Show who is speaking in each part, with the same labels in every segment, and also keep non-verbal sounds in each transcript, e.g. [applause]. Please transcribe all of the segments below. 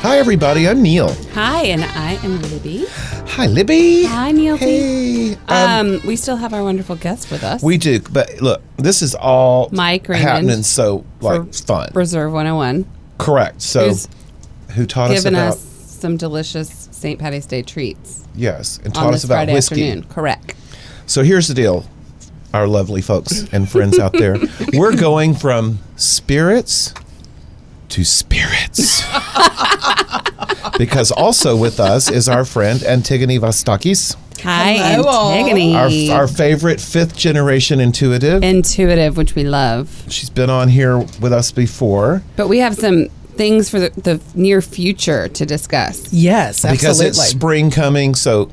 Speaker 1: Hi, everybody. I'm Neil.
Speaker 2: Hi, and I am Libby.
Speaker 1: Hi, Libby.
Speaker 2: Hi, Neil.
Speaker 1: Hey.
Speaker 2: Um, we still have our wonderful guest with us.
Speaker 1: we do, but look, this is all
Speaker 2: Mike Raymond
Speaker 1: happening so
Speaker 2: for
Speaker 1: like fun.
Speaker 2: Reserve 101,
Speaker 1: Correct. So,
Speaker 2: who's
Speaker 1: who taught us
Speaker 2: giving
Speaker 1: about
Speaker 2: us some delicious St. Patty's Day treats
Speaker 1: yes, and
Speaker 2: on
Speaker 1: taught
Speaker 2: this
Speaker 1: us about
Speaker 2: Friday
Speaker 1: whiskey.
Speaker 2: afternoon. Correct.
Speaker 1: So here's the deal, our lovely folks and friends out
Speaker 2: [laughs]
Speaker 1: there. We're going from spirits to
Speaker 2: [laughs]
Speaker 1: spirits. because also with us is our friend Antigone Vastakis,
Speaker 2: Hi,
Speaker 3: Hello, all.
Speaker 1: our,
Speaker 2: Antigone.
Speaker 1: our favorite fifth generation intuitive.
Speaker 2: Intuitive, which we love.
Speaker 1: She's been on here with us before
Speaker 2: But we have some things for the, the near future to discuss.
Speaker 3: Yes,
Speaker 1: because
Speaker 3: absolutely.
Speaker 1: it's spring coming. So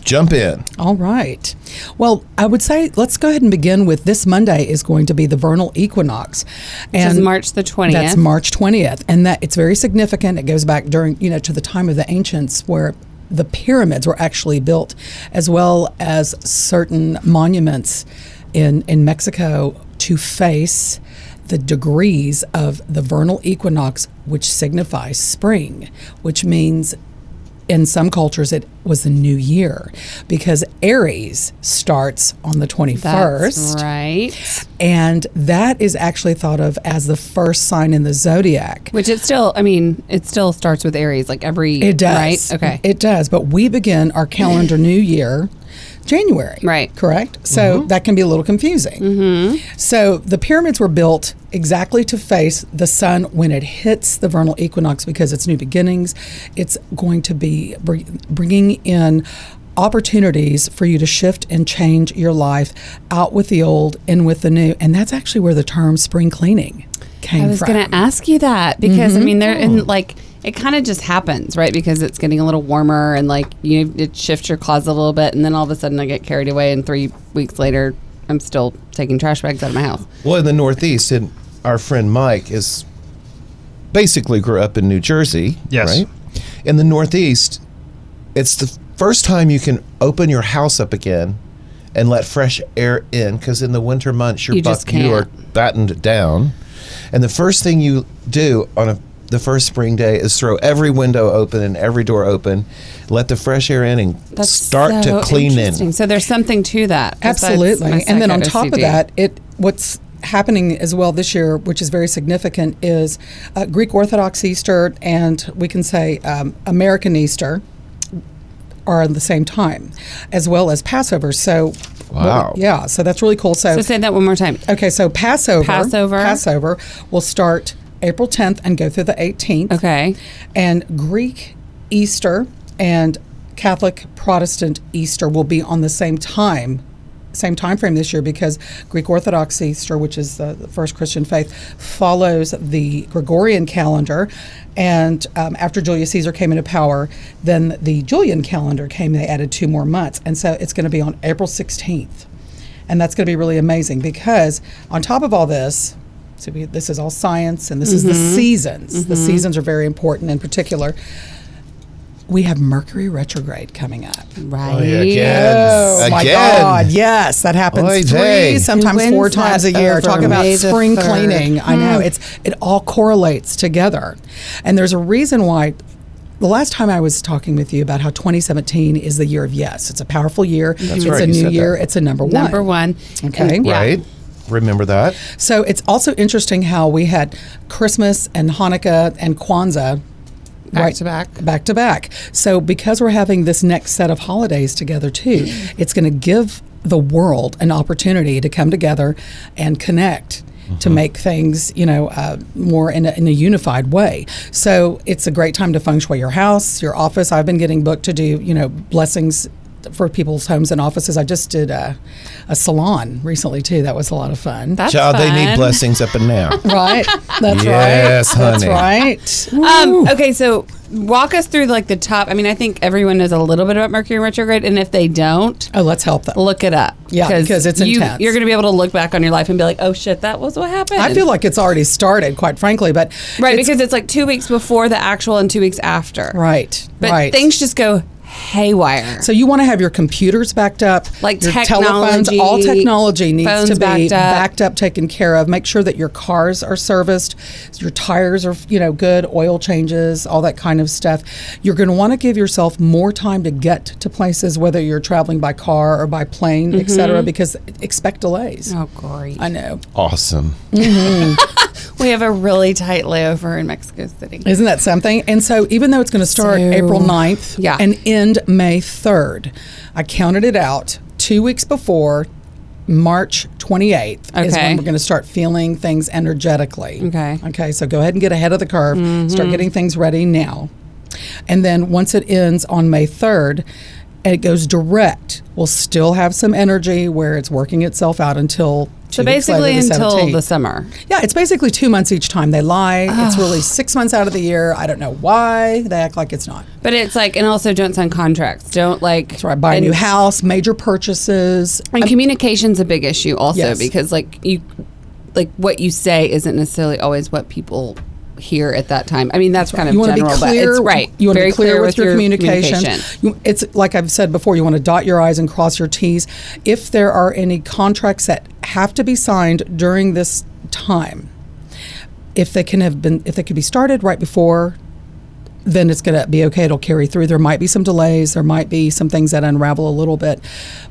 Speaker 1: jump in.
Speaker 3: All right. Well, I would say let's go ahead and begin with this Monday is going to be the vernal equinox,
Speaker 2: is March the 20th.
Speaker 3: That's March twentieth, and that it's very significant. It goes back during you know to the time of the ancients where the pyramids were actually built, as well as certain monuments in in Mexico to face the degrees of the vernal equinox, which signifies spring, which means in some cultures it was the new year because Aries starts on the 21st
Speaker 2: That's right.
Speaker 3: and that is actually thought of as the first sign in the zodiac.
Speaker 2: Which it still, I mean, it still starts with Aries, like every.
Speaker 3: It does.
Speaker 2: Right? Okay.
Speaker 3: It does. But we begin our calendar new year January.
Speaker 2: Right. Mm-hmm.
Speaker 3: Correct? So that can be a little confusing. Mm-hmm. So the pyramids were built exactly to face the sun when it hits the vernal equinox because it's new beginnings. It's going to be br- bringing in opportunities for you to shift and change your life out with the old in with the new. And that's actually where the term spring cleaning came
Speaker 2: I was
Speaker 3: from. Mm-hmm. Oh.
Speaker 2: going to ask you that because I mean they're in like it kind of just happens, right? Because it's getting a little warmer and like you it shifts your closet a little bit, and then all of a sudden I get carried away, and three weeks later I'm still taking trash bags out of my house.
Speaker 1: Well, in the Northeast, and our friend Mike is basically grew up in New Jersey.
Speaker 4: Yes.
Speaker 1: Right? In the Northeast, it's the first time you can open your house up again and let fresh air in because in the winter months, your
Speaker 2: You
Speaker 1: buck,
Speaker 2: just
Speaker 1: you are
Speaker 2: can't.
Speaker 1: battened down. And the first thing you do on a the first spring day is throw every window open and every door open, let the fresh air in and start
Speaker 2: so
Speaker 1: to clean
Speaker 2: interesting.
Speaker 1: in.
Speaker 2: So there's something to that. besides my
Speaker 3: absolutely and then on
Speaker 2: psycho
Speaker 3: top of
Speaker 2: OCD.
Speaker 3: that it what's happening as well this year which is very significant is uh, greek orthodox easter and we can say um, american easter are at the same time as well as passover so
Speaker 1: Wow.
Speaker 3: yeah so that's really cool so
Speaker 2: So say that one more time.
Speaker 3: okay so passover
Speaker 2: Passover.
Speaker 3: passover will start april 10th and go through the 18th
Speaker 2: Okay.
Speaker 3: and Greek Easter and Catholic Protestant Easter will be on the same time same time frame this year because Greek Orthodox Easter, which is the, the first Christian faith, follows the Gregorian calendar. And um, after Julius Caesar came into power, then the Julian calendar came. They added two more months, and so it's going to be on April 16th, and that's going to be really amazing because on top of all this, so we, this is all science, and this is the
Speaker 1: Mm-hmm.
Speaker 3: seasons. The seasons are very important. In particular, we have Mercury retrograde coming up.
Speaker 2: Right.
Speaker 1: Oh, yeah, again.
Speaker 3: Oh my
Speaker 1: Again.
Speaker 3: God! Yes, that happens
Speaker 1: Oy
Speaker 3: three,
Speaker 1: vey.
Speaker 3: sometimes
Speaker 2: When's
Speaker 3: four times a
Speaker 2: that
Speaker 3: year.
Speaker 2: over?
Speaker 3: Talk about
Speaker 2: May the
Speaker 3: spring
Speaker 2: third.
Speaker 3: cleaning. I know
Speaker 1: Hmm.
Speaker 3: it's it all correlates together, and there's a reason why. The last time I was talking with you about how 2017 is the year of yes. It's a powerful year. it's
Speaker 1: right,
Speaker 3: a
Speaker 1: you
Speaker 3: new
Speaker 1: said
Speaker 3: year.
Speaker 1: that.
Speaker 3: It's a number one.
Speaker 2: Number one.
Speaker 3: Okay.
Speaker 2: And- yeah.
Speaker 1: Right? Remember that?
Speaker 3: So it's also interesting how we had Christmas and Hanukkah and Kwanzaa
Speaker 2: Back to back.
Speaker 3: back to back. So because we're having this next set of holidays
Speaker 2: [laughs]
Speaker 3: together too, it's going to give the world an opportunity to come together and connect. To make things, you know, uh, more in a, in a unified way. So it's a great time to feng shui your house, your office. I've been getting booked to do, you know, blessings for people's homes and offices. I just did a, a salon recently too. That was a lot of fun.
Speaker 2: That's
Speaker 1: Child, they need
Speaker 2: fun.
Speaker 1: blessings up and now.
Speaker 3: right. That's
Speaker 1: Yes,
Speaker 3: right.
Speaker 1: honey.
Speaker 3: That's right.
Speaker 2: Um, okay, so walk us through like the top. I mean, I think everyone knows a little bit about Mercury retrograde, and if they don't,
Speaker 3: Oh, let's help them.
Speaker 2: look it up.
Speaker 3: Yeah, 'cause it's
Speaker 2: you,
Speaker 3: intense.
Speaker 2: You're going to be able to look back on your life and be like, oh shit, that was what happened.
Speaker 3: I feel like it's already started, quite frankly, but
Speaker 2: right
Speaker 3: it's-
Speaker 2: because it's like two weeks before the actual and two weeks after.
Speaker 3: right,
Speaker 2: but
Speaker 3: right.
Speaker 2: things just go haywire.
Speaker 3: So you want to have your computers backed up,
Speaker 2: Like
Speaker 3: your
Speaker 2: technology,
Speaker 3: telephones, all technology needs
Speaker 2: phones
Speaker 3: to be
Speaker 2: backed up.
Speaker 3: taken care of. Make sure that your cars are serviced, your tires are you know good, oil changes, all that kind of stuff. You're going to want to give yourself more time to get to places, whether you're traveling by car or by plane, et cetera, because expect delays.
Speaker 2: Mm-hmm. oh, great.
Speaker 3: I know.
Speaker 1: [laughs] Awesome.
Speaker 2: We have a really tight layover in Mexico City.
Speaker 3: Isn't that something? And so, even though it's going to start
Speaker 2: So-
Speaker 3: April 9th
Speaker 2: Yeah.
Speaker 3: and end May 3rd, I counted it out two weeks before March 28th is
Speaker 2: Okay.
Speaker 3: when we're going to start feeling things energetically.
Speaker 2: Okay. Mm-hmm.
Speaker 3: Okay. So, go ahead and get ahead of the curve, start getting things ready now. And then, once it ends on May 3rd, it goes direct. We'll still have some energy where it's working itself out until.
Speaker 2: So
Speaker 3: two weeks later,
Speaker 2: basically, until
Speaker 3: 17th.
Speaker 2: the summer.
Speaker 3: Yeah, it's basically two months each time they lie. It's really six months out of the year. I don't know why they act like it's not.
Speaker 2: But it's like, and also don't sign contracts. Don't like.
Speaker 3: So I buy a
Speaker 2: and-
Speaker 3: new house, major purchases.
Speaker 2: And communication's a big issue also
Speaker 3: Um, Yes.
Speaker 2: because like you, like what you say isn't necessarily always what people hear at that time. I mean, that's, kind of
Speaker 3: You want to be
Speaker 2: general,
Speaker 3: clear.
Speaker 2: but it's right.
Speaker 3: You want to
Speaker 2: Very
Speaker 3: be clear, with, your, communication.
Speaker 2: communication.
Speaker 3: You- it's like I've said before. You want to dot your i's and cross your t's. If there are any contracts that have to be signed during this time, if they can have been, if they could be started right before then it's going to be okay. It'll carry through. There might be some delays. There might be some things that unravel a little bit.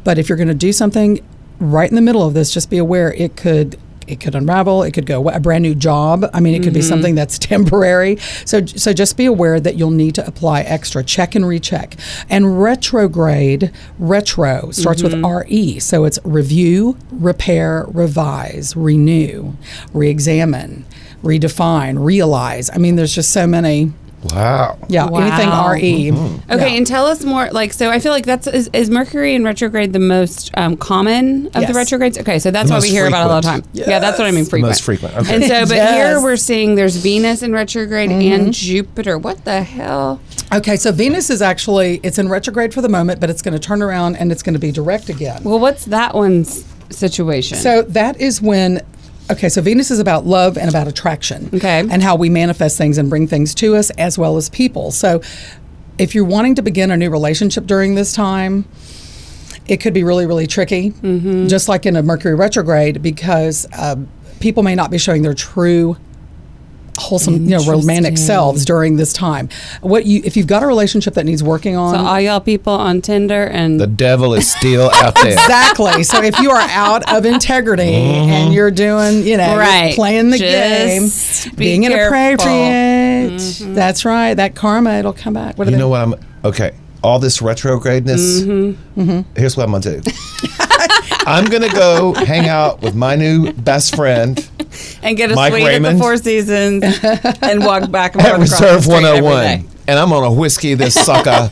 Speaker 3: But if you're going to do something right in the middle of this, just be aware it could it could unravel. It could go a brand new job. I mean, it could be something that's [laughs] temporary. So so just be aware that you'll need to apply extra. Check and recheck. And retrograde retro starts with R E. So it's review, repair, revise, renew, re-examine, redefine, realize. I mean, there's just so many.
Speaker 1: Wow.
Speaker 3: Yeah, anything
Speaker 2: Wow. Okay,
Speaker 3: RE. Yeah.
Speaker 2: and tell us more. Like, so I feel like that's is, is Mercury in retrograde the most um, common of the
Speaker 3: Yes.
Speaker 2: retrogrades? Okay, so that's
Speaker 1: The
Speaker 2: what we
Speaker 1: most
Speaker 2: hear about all the time.
Speaker 1: frequent.
Speaker 2: Yeah, that's what I mean.
Speaker 1: The
Speaker 2: Frequent.
Speaker 1: most frequent, okay.
Speaker 2: And so,
Speaker 3: [laughs]
Speaker 2: but
Speaker 3: Yes. Mm-hmm.
Speaker 2: here we're seeing there's Venus in retrograde and Jupiter. What the hell?
Speaker 3: Okay, so Venus is actually it's in retrograde for the moment, but it's going to turn around and it's going to be direct again.
Speaker 2: Well, what's that one's situation?
Speaker 3: So that is when okay, so Venus is about love and about attraction.
Speaker 2: Okay.
Speaker 3: And how we manifest things and bring things to us as well as people. So if you're wanting to begin a new relationship during this time, it could be really, really tricky,
Speaker 2: Mm-hmm.
Speaker 3: just like in a Mercury retrograde, because um, people may not be showing their true wholesome, you know, romantic
Speaker 2: Interesting.
Speaker 3: selves during this time. What you, if you've got a relationship that needs working on,
Speaker 2: So all y'all people on Tinder and
Speaker 1: The devil is still
Speaker 3: [laughs]
Speaker 1: out there.
Speaker 3: Exactly. So if you are out of integrity and you're doing, you know,
Speaker 2: Mm-hmm. Right.
Speaker 3: playing the
Speaker 2: Just be
Speaker 3: game, being
Speaker 2: careful. Mm-hmm.
Speaker 3: inappropriate. That's right. That karma, it'll come back. What do
Speaker 1: You
Speaker 3: they?
Speaker 1: know what I'm okay. All this retrogradeness.
Speaker 3: Mm-hmm.
Speaker 1: Here's what I'm gonna
Speaker 3: [laughs]
Speaker 1: do. I'm gonna go hang out with my new best friend
Speaker 2: and get a
Speaker 1: Mike
Speaker 2: suite at
Speaker 1: Raymond.
Speaker 2: the Four Seasons and walk back and
Speaker 1: [laughs]
Speaker 2: forth
Speaker 1: at
Speaker 2: across the
Speaker 1: Reserve
Speaker 2: street every
Speaker 1: 101, and I'm gonna whiskey this sucker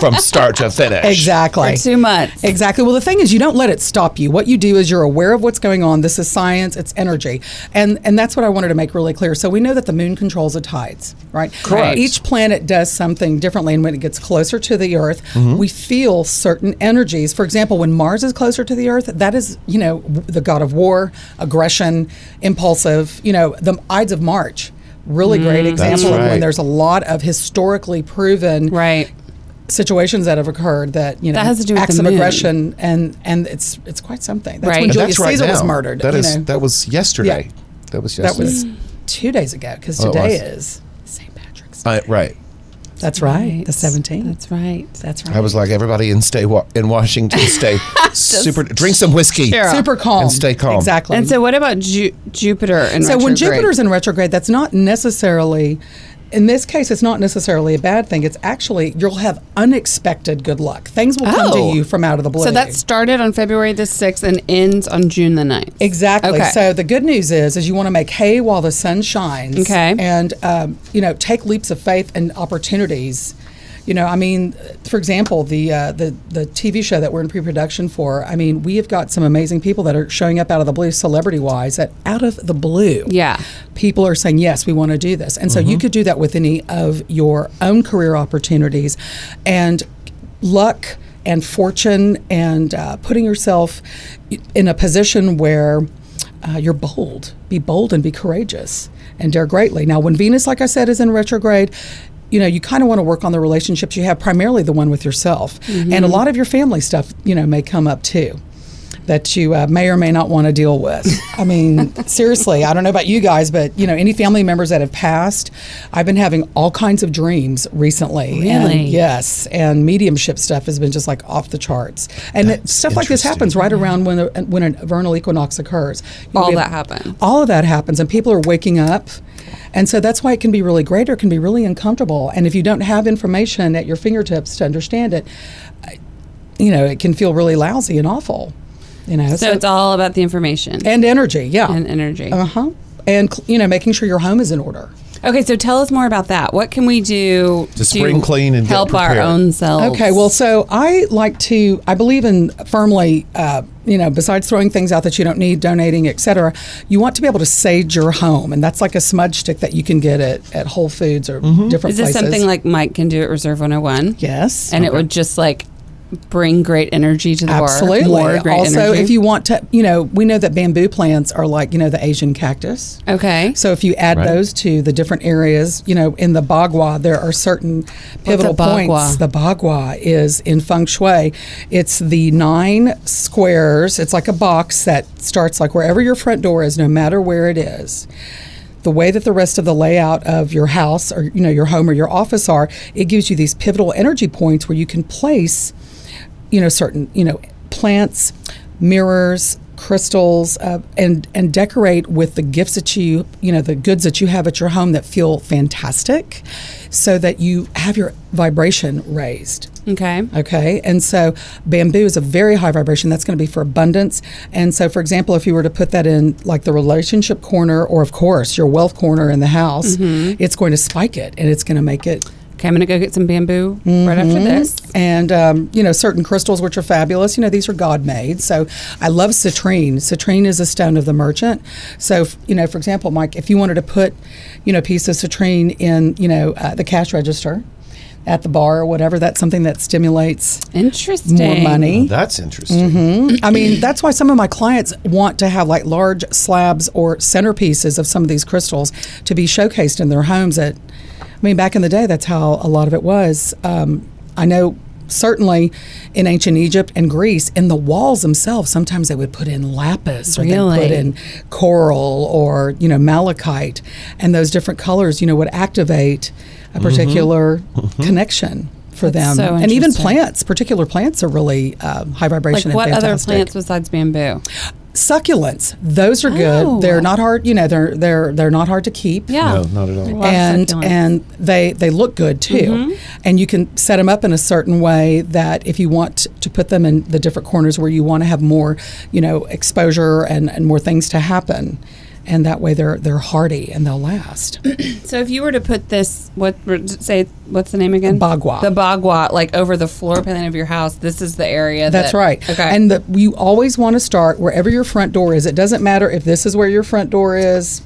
Speaker 1: from start to finish.
Speaker 3: exactly.
Speaker 2: day. Two months.
Speaker 3: Exactly. Well, the thing is, you don't let it stop you. What you do is you're aware of what's going on. This is science. It's energy, and and that's what I wanted to make really clear. So we know that the moon controls the tides, right?
Speaker 1: Correct.
Speaker 3: Each planet does something differently, and when it gets closer to the Earth,
Speaker 1: Mm-hmm.
Speaker 3: we feel certain energies. For example, when Mars is closer to the Earth, that is, you know, w- the god of war, aggression, impulsive. You know, the Ides of March. Really great example of
Speaker 1: Mm, right.
Speaker 3: when there's a lot of historically proven
Speaker 2: Right.
Speaker 3: situations that have occurred that you know
Speaker 2: That has to do with
Speaker 3: acts
Speaker 2: the
Speaker 3: of
Speaker 2: moon.
Speaker 3: aggression and and it's it's quite something. That's
Speaker 2: Right. And
Speaker 3: when
Speaker 1: And
Speaker 3: Julius
Speaker 1: that's right
Speaker 3: Caesar
Speaker 1: now.
Speaker 3: was murdered.
Speaker 1: That
Speaker 3: you
Speaker 1: is
Speaker 3: know.
Speaker 1: that was yesterday.
Speaker 3: Yeah.
Speaker 1: That was
Speaker 3: that
Speaker 1: yesterday.
Speaker 3: was two days ago because
Speaker 1: Oh, it
Speaker 3: today
Speaker 1: was.
Speaker 3: is St. Patrick's. Day.
Speaker 1: I, right.
Speaker 3: That's
Speaker 1: oh
Speaker 3: right, the seventeenth.
Speaker 2: That's right.
Speaker 3: That's
Speaker 1: I
Speaker 3: right.
Speaker 1: was like everybody in stay wa- in Washington. Stay super. Drink some whiskey.
Speaker 2: Sure.
Speaker 3: super calm
Speaker 1: And stay calm.
Speaker 3: Exactly.
Speaker 2: And so, what about Ju- Jupiter and
Speaker 3: So when Jupiter's in retrograde, that's not necessarily. In this case, it's not necessarily a bad thing. It's actually you'll have unexpected good luck. Things will come
Speaker 2: Oh.
Speaker 3: to you from out of the blue.
Speaker 2: so that started on February the sixth and ends on June the 9th.
Speaker 3: Exactly.
Speaker 2: Okay.
Speaker 3: So the good news is, is you want to make hay while the sun shines.
Speaker 2: Okay.
Speaker 3: And um, you know, take leaps of faith and opportunities. You know, I mean, for example, the uh, the the TV show that we're in pre-production for. I mean, we have got some amazing people that are showing up out of the blue, celebrity-wise, that out of the blue.
Speaker 2: Yeah.
Speaker 3: People are saying, yes, we want to do this, and so you could do that with any of your own career opportunities, and luck and fortune and uh, putting yourself in a position where uh, you're bold. Be bold and be courageous and dare greatly. Now, when Venus, like I said, is in retrograde, you know, you kind of want to work on the relationships you have, primarily the one with yourself. And a lot of your family stuff, you know, may come up too that you uh, may or may not want to deal with. I
Speaker 2: [laughs]
Speaker 3: mean, seriously, I don't know about you guys, but you know, any family members that have passed, I've been having all kinds of dreams recently. And
Speaker 2: Really?
Speaker 3: yes, and mediumship stuff has been just like off the charts. And it, stuff like this happens right around when the, when an vernal equinox occurs. You
Speaker 2: All
Speaker 3: we
Speaker 2: that happens.
Speaker 3: All of that happens, and people are waking up. And so that's why it can be really great or it can be really uncomfortable. And if you don't have information at your fingertips to understand it, you know, it can feel really lousy and awful. You know,
Speaker 2: So it's all about the information
Speaker 3: and energy, yeah,
Speaker 2: and energy.
Speaker 3: uh huh, and cl- you know, making sure your home is in order.
Speaker 2: Okay, so tell us more about that. What can we do to,
Speaker 1: spring clean and get
Speaker 2: help our
Speaker 1: prepared.
Speaker 2: own selves?
Speaker 3: Okay, well, so I like to, I believe in firmly, uh, you know, besides throwing things out that you don't need, donating, et cetera, you want to be able to sage your home, and that's like a smudge stick that you can get at, at Whole Foods or different
Speaker 2: Mm-hmm. is this
Speaker 3: places.
Speaker 2: something like Mike can do at Reserve 101?
Speaker 3: yes,
Speaker 2: And it would just like bring great energy to the
Speaker 3: absolutely.
Speaker 2: bar. More great
Speaker 3: also,
Speaker 2: energy.
Speaker 3: if you want to, you know, we know that bamboo plants are like you know the Asian cactus.
Speaker 2: okay,
Speaker 3: So if you add
Speaker 1: Right.
Speaker 3: those to the different areas, you know, in the Bagua, there are certain pivotal points.
Speaker 2: Bagua?
Speaker 3: The Bagua is in feng shui. It's the nine squares. It's like a box that starts like wherever your front door is, no matter where it is. The way that the rest of the layout of your house or you know your home or your office are, it gives you these pivotal energy points where you can place you know certain you know plants mirrors crystals uh, and and decorate with the gifts that you you know the goods that you have at your home that feel fantastic so that you have your vibration raised
Speaker 2: okay,
Speaker 3: Okay. And so bamboo is a very high vibration. That's going to be for abundance. And so, for example, if you were to put that in like the relationship corner or, of course, your wealth corner in the house, it's going to spike it and it's going to make it
Speaker 2: okay, I'm gonna go get some bamboo right after
Speaker 3: Mm-hmm.
Speaker 2: this.
Speaker 3: and um, you know certain crystals which are fabulous you know these are god made so i love citrine citrine is a stone of the merchant so f- you know for example mike if you wanted to put you know a piece of citrine in you know uh, the cash register at the bar or whatever that's something that stimulates
Speaker 2: Interesting.
Speaker 3: more money
Speaker 1: That's interesting.
Speaker 3: I mean, that's why some of my clients want to have like large slabs or centerpieces of some of these crystals to be showcased in their homes. At, I mean, back in the day, that's how a lot of it was. Um, I know certainly in ancient Egypt and Greece, in the walls themselves, sometimes they would put in lapis or they put
Speaker 2: Really?
Speaker 3: in coral or you know malachite, and those different colors, you know, would activate a particular connection. For
Speaker 2: That's
Speaker 3: them,
Speaker 2: so
Speaker 3: and even
Speaker 2: interesting.
Speaker 3: plants, particular plants, are really um, high
Speaker 2: Like
Speaker 3: vibration.
Speaker 2: what
Speaker 3: and
Speaker 2: other
Speaker 3: fantastic
Speaker 2: plants besides bamboo?
Speaker 3: succulents those are good
Speaker 2: Oh.
Speaker 3: they're not hard you know they're they're they're not hard to keep
Speaker 2: Yeah,
Speaker 1: No, not at all.
Speaker 2: Love
Speaker 3: and
Speaker 2: succulents. Mm-hmm.
Speaker 3: and they they look good too and you can set them up in a certain way that if you want to put them in the different corners where you want to have more you know exposure and and more things to happen and that way they're they're hardy and they'll last
Speaker 2: So if you were to put this, what say? What's the name again?
Speaker 3: Bagua.
Speaker 2: The bagua, like over the floor plan of your house. This is the area.
Speaker 3: That's
Speaker 2: that-
Speaker 3: right.
Speaker 2: Okay.
Speaker 3: And the, you always want to start wherever your front door is. It doesn't matter if this is where your front door is.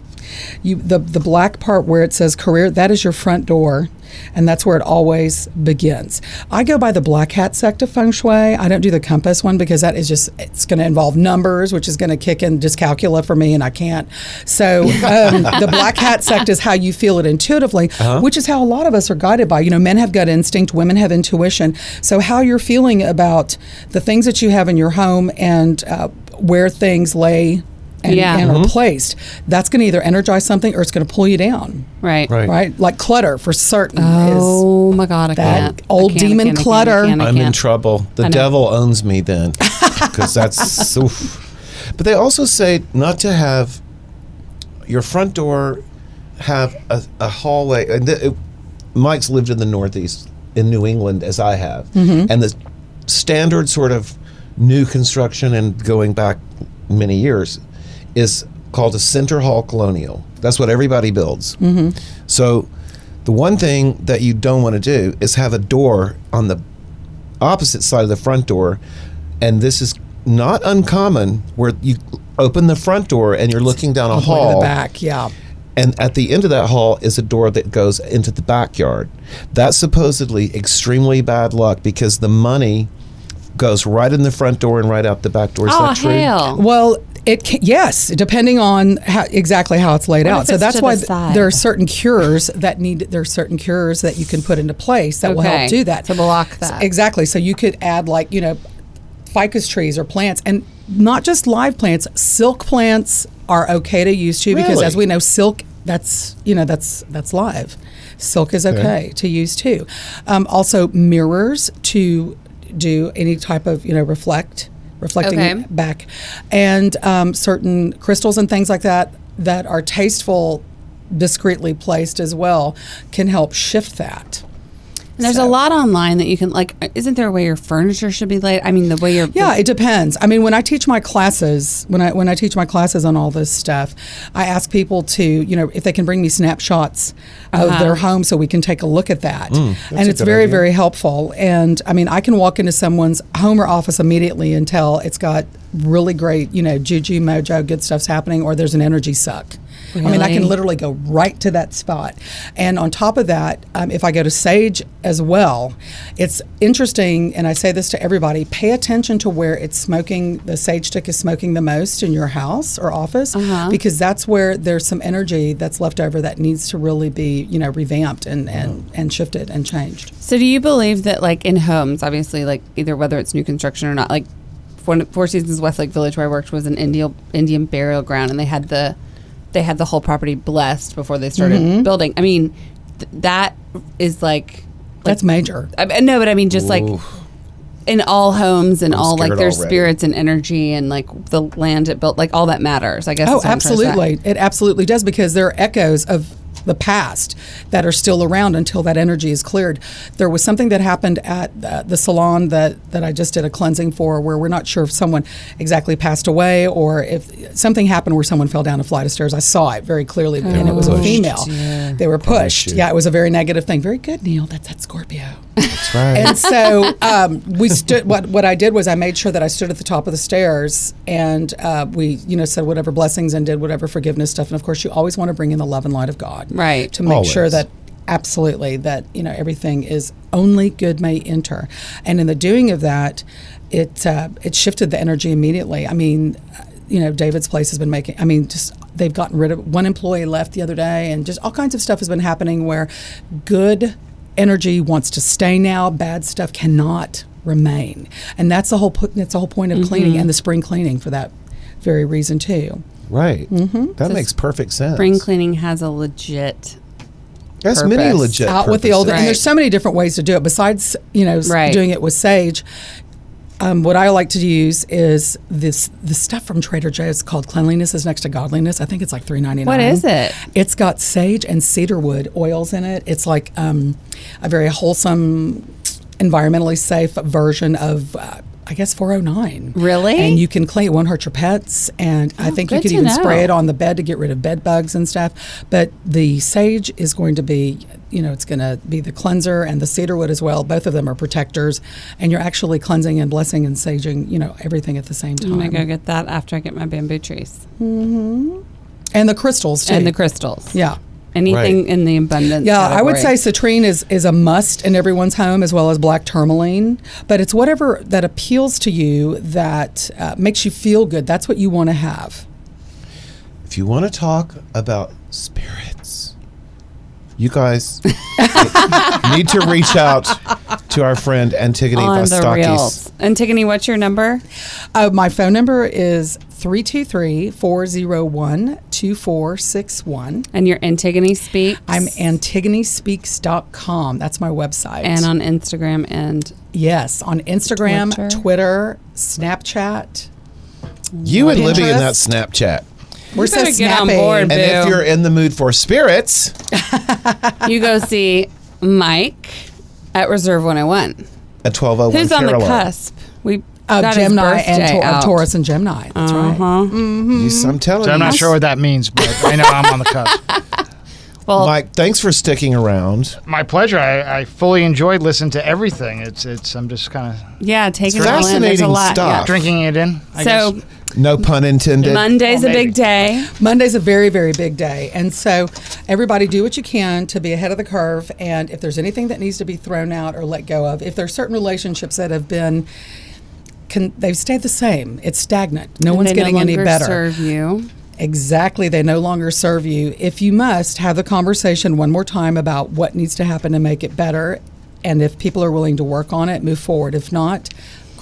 Speaker 3: You the the black part where it says career that is your front door, and that's where it always begins. I go by the black hat sect of feng shui. I don't do the compass one because that is just it's going to involve numbers, which is going to kick in dyscalculia for me, and I can't. So um, the black hat sect is how you feel it intuitively, which is how a lot of us are guided by. You know, men have gut instinct, women have intuition. So how you're feeling about the things that you have in your home and uh, where things lay and,
Speaker 2: Yeah.
Speaker 3: and are placed, that's going to either energize something or it's going to pull you down.
Speaker 2: right.
Speaker 1: Right.
Speaker 3: Right, like clutter for certain is.
Speaker 2: Oh my God! I
Speaker 3: That
Speaker 2: can't.
Speaker 3: old
Speaker 2: I can't, I
Speaker 3: demon
Speaker 2: can't, I can't, I
Speaker 3: clutter.
Speaker 2: can't, I
Speaker 1: I'm in
Speaker 2: can't.
Speaker 1: trouble. The
Speaker 2: know.
Speaker 1: devil owns me then, [laughs] because that's. oof. But they also say not to have your front door have a, a hallway. And th- it- Mike's lived in the Northeast in New England as I have,
Speaker 2: Mm-hmm.
Speaker 1: and the standard sort of new construction and going back many years is called a center hall colonial. That's what everybody builds.
Speaker 2: Mm-hmm.
Speaker 1: So. The one thing that you don't want to do is have a door on the opposite side of the front door, and this is not uncommon where you open the front door and you're looking down a
Speaker 3: all the way to
Speaker 1: hall
Speaker 3: the back, yeah.
Speaker 1: and at the end of that hall is a door that goes into the backyard. That's supposedly extremely bad luck because the money goes right in the front door and right out the back door. Is
Speaker 2: Oh
Speaker 1: that true?
Speaker 2: hell!
Speaker 3: Well, It can, yes, depending on how, exactly how it's laid
Speaker 2: What
Speaker 3: out.
Speaker 2: if
Speaker 3: So
Speaker 2: it's
Speaker 3: that's
Speaker 2: to
Speaker 3: why
Speaker 2: the
Speaker 3: th-
Speaker 2: side?
Speaker 3: there are certain cures that need there are certain cures that you can put into place that will
Speaker 2: Okay,
Speaker 3: help do that
Speaker 2: to block
Speaker 3: So-
Speaker 2: that.
Speaker 3: exactly. So you could add like you know ficus trees or plants, and not just live plants. Silk plants are okay to use too because
Speaker 1: Really?
Speaker 3: as we know, silk that's you know that's that's live. Silk is okay, to use too. Um, also mirrors to do any type of you know reflect reflecting
Speaker 2: Okay.
Speaker 3: back and um, certain crystals and things like that that are tasteful discreetly placed as well can help shift that
Speaker 2: And there's a
Speaker 3: So-
Speaker 2: lot online that you can like. Isn't there a way your furniture should be laid? I mean, the way your
Speaker 3: yeah it depends i mean when i teach my classes when i when i teach my classes on all this stuff i ask people to you know if they can bring me snapshots of their home so we can take a look at that and
Speaker 1: Mm, a
Speaker 3: it's
Speaker 1: good
Speaker 3: very
Speaker 1: idea.
Speaker 3: very helpful and i mean i can walk into someone's home or office immediately and tell it's got really great you know juju mojo good stuff's happening or there's an energy suck i mean i can
Speaker 2: Really?
Speaker 3: literally go right to that spot. And on top of that, um, if I go to Sage as well, it's interesting, and I say this to everybody pay attention to where it's smoking, the sage stick is smoking the most in your house or office,
Speaker 2: Uh-huh.
Speaker 3: because that's where there's some energy that's left over that needs to really be, you know, revamped and,
Speaker 2: Mm.
Speaker 3: and, and shifted and changed.
Speaker 2: So do you believe that like in homes, obviously, like either whether it's new construction or not, like one Four Seasons Westlake Village where I worked was an Indian Indian burial ground, and they had the they had the whole property blessed before they started building. I mean, th- that is like, like
Speaker 3: That's major.
Speaker 2: I, I- no, but I mean just like
Speaker 1: Ooh.
Speaker 2: in all homes and
Speaker 1: I'm
Speaker 2: all like
Speaker 1: scared
Speaker 2: their
Speaker 1: already.
Speaker 2: spirits and energy and like the land it built, like all that matters. I guess.
Speaker 3: Oh,
Speaker 2: is what I'm trying to say.
Speaker 3: absolutely. It absolutely does because there are echoes of the past that are still around until that energy is cleared. There was something that happened at uh, the, the salon that, that I just did a cleansing for where we're not sure if someone exactly passed away or if something happened where someone fell down a flight of stairs. I saw it very clearly and it was a
Speaker 1: Pushed.
Speaker 3: female. They were pushed.
Speaker 1: shoot.
Speaker 3: Yeah, it was a very negative thing. Very good, Neil. That's that Scorpio.
Speaker 1: That's [laughs] right.
Speaker 3: And so um, we stood. What what I did was I made sure that I stood at the top of the stairs, and uh, we you know said whatever blessings and did whatever forgiveness stuff. And of course, you always want to bring in the love and light of God,
Speaker 2: Right.
Speaker 3: To make sure
Speaker 1: Always.
Speaker 3: that absolutely that you know everything is only good may enter, and in the doing of that, it uh, it shifted the energy immediately. I mean. uh, You know, David's place has been making. I mean, just they've gotten rid of one employee left the other day, and just all kinds of stuff has been happening where good energy wants to stay now bad stuff cannot remain and that's the whole po- that's the whole point of cleaning and the spring cleaning for that very reason too
Speaker 1: right.
Speaker 3: Mm-hmm.
Speaker 1: That makes perfect sense.
Speaker 2: Spring cleaning has a legit
Speaker 1: That's many
Speaker 2: purpose.
Speaker 1: legit.
Speaker 3: out with the old
Speaker 1: purposes.
Speaker 3: and there's so many different ways to do it besides you know s-
Speaker 2: Right.
Speaker 3: doing it with sage um, what I like to use is this the stuff from Trader Joe's called Cleanliness is Next to Godliness. I think it's like three ninety nine.
Speaker 2: What is it?
Speaker 3: It's got sage and cedarwood oils in it. It's like um, a very wholesome, environmentally safe version of. Uh, I guess 409.
Speaker 2: Really? Oh,
Speaker 3: And you can clean it, won't hurt your pets. And I think you
Speaker 2: good
Speaker 3: could
Speaker 2: to
Speaker 3: even spray
Speaker 2: know.
Speaker 3: it on the bed to get rid of bed bugs and stuff. But the sage is going to be, you know, it's going to be the cleanser and the cedarwood as well. Both of them are protectors. And you're actually cleansing and blessing and saging, you know, everything at the same
Speaker 2: I'm gonna
Speaker 3: time.
Speaker 2: go get that after I get my bamboo trees
Speaker 3: and the crystals, too.
Speaker 2: and the crystals.
Speaker 3: yeah.
Speaker 2: Anything
Speaker 1: Right.
Speaker 2: in the abundance.
Speaker 3: Yeah, I would say
Speaker 2: category.
Speaker 3: citrine is, is a must in everyone's home as well as black tourmaline. But it's whatever that appeals to you that uh, makes you feel good. That's what you want to have.
Speaker 1: If you want to talk about spirits, you
Speaker 2: [laughs]
Speaker 1: guys need to reach out to our friend Antigone
Speaker 2: on the
Speaker 1: Vastakis.
Speaker 2: reels. Antigone, what's your number?
Speaker 3: Uh, my phone number is 323 401 2461.
Speaker 2: And your Antigone Speaks.
Speaker 3: I'm AntigoneSpeaks.com. That's my website.
Speaker 2: and on Instagram and
Speaker 3: yes, on Instagram,
Speaker 2: Twitter.
Speaker 3: Twitter, Snapchat.
Speaker 1: You and Libby in that
Speaker 3: Pinterest.
Speaker 1: Snapchat.
Speaker 3: We're
Speaker 2: You
Speaker 3: so
Speaker 2: better get on
Speaker 3: snappy.
Speaker 2: board.
Speaker 1: And if
Speaker 2: Boo.
Speaker 1: you're in the mood for spirits,
Speaker 2: you
Speaker 3: [laughs]
Speaker 2: go see Mike at Reserve 101.
Speaker 1: at 1201
Speaker 2: Who's on the
Speaker 1: Caroline.
Speaker 2: cusp? We
Speaker 3: Of
Speaker 2: got
Speaker 3: Uh, Gemini
Speaker 2: his birthday
Speaker 3: and Tor-
Speaker 2: out.
Speaker 3: of
Speaker 2: Oh, Uh-huh.
Speaker 3: Taurus and Gemini. That's right.
Speaker 2: Mm.
Speaker 1: You- I'm telling
Speaker 4: So I'm
Speaker 1: you.
Speaker 4: not sure what that means, but I know I'm on the cusp.
Speaker 2: Well,
Speaker 1: Mike, thanks for sticking around.
Speaker 4: [laughs] My pleasure. I, I fully enjoyed listening to everything. It's it's. I'm just kind of
Speaker 2: yeah, take it all in. There's a
Speaker 1: fascinating
Speaker 2: lot. yeah.
Speaker 1: stuff.
Speaker 4: drinking it in. I
Speaker 2: So
Speaker 4: guess.
Speaker 1: No pun intended.
Speaker 2: Monday's
Speaker 4: Well,
Speaker 2: a
Speaker 4: maybe.
Speaker 2: big day.
Speaker 3: Monday's a very, very big day. And so everybody do what you can to be ahead of the curve. And if there's anything that needs to be thrown out or let go of, if there's certain relationships that have been can they've stayed the same. It's stagnant. No
Speaker 2: And
Speaker 3: one's
Speaker 2: they
Speaker 3: getting
Speaker 2: no
Speaker 3: any
Speaker 2: longer
Speaker 3: better.
Speaker 2: Serve you.
Speaker 3: Exactly. They no longer serve you. If you must, have the conversation one more time about what needs to happen to make it better. And if people are willing to work on it, move forward. If not,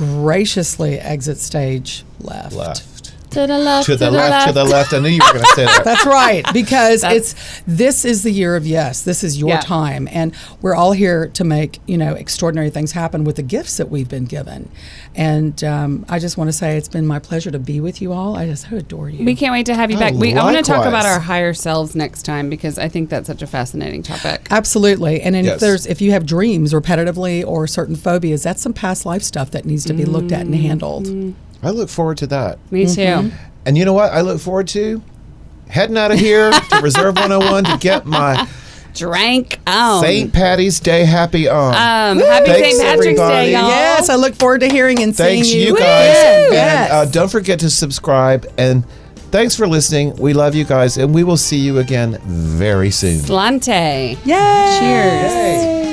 Speaker 3: graciously exit stage left.
Speaker 1: left.
Speaker 2: To the left.
Speaker 1: To the left, to the left. I knew you were going to say
Speaker 2: [laughs]
Speaker 1: that.
Speaker 3: That's right, because it's this is the year of yes. This is your
Speaker 2: Yeah.
Speaker 3: time, and we're all here to make you know extraordinary things happen with the gifts that we've been given. And um, I just want to say it's been my pleasure to be with you all. I just so adore you.
Speaker 2: We can't wait to have you back.
Speaker 1: Oh,
Speaker 2: we, I want to talk
Speaker 1: likewise.
Speaker 2: about our higher selves next time because I think that's such a fascinating topic.
Speaker 3: Absolutely. And then
Speaker 1: Yes.
Speaker 3: if there's if you have dreams repetitively or certain phobias, that's some past life stuff that needs to be looked at
Speaker 2: Mm-hmm.
Speaker 3: and handled.
Speaker 1: I look forward to that.
Speaker 2: Me
Speaker 3: Mm-hmm.
Speaker 2: too.
Speaker 1: And you know what? I look forward to heading out of
Speaker 3: [laughs]
Speaker 1: here to Reserve 101 to get my
Speaker 2: Drank
Speaker 3: Oh,
Speaker 2: on.
Speaker 1: St. Patty's Day happy on.
Speaker 3: Uh,
Speaker 2: Um, happy
Speaker 1: Thanks,
Speaker 2: St. Patrick's
Speaker 1: everybody.
Speaker 2: Day, y'all.
Speaker 3: Yes, I look forward to hearing and
Speaker 1: thanks
Speaker 3: seeing
Speaker 1: you,
Speaker 3: you.
Speaker 1: guys.
Speaker 3: Yes.
Speaker 1: And uh, don't forget to subscribe. And thanks for listening. We love you guys, and we will see you again very soon.
Speaker 2: Lante.
Speaker 3: Yay.
Speaker 2: Cheers.
Speaker 1: Hey.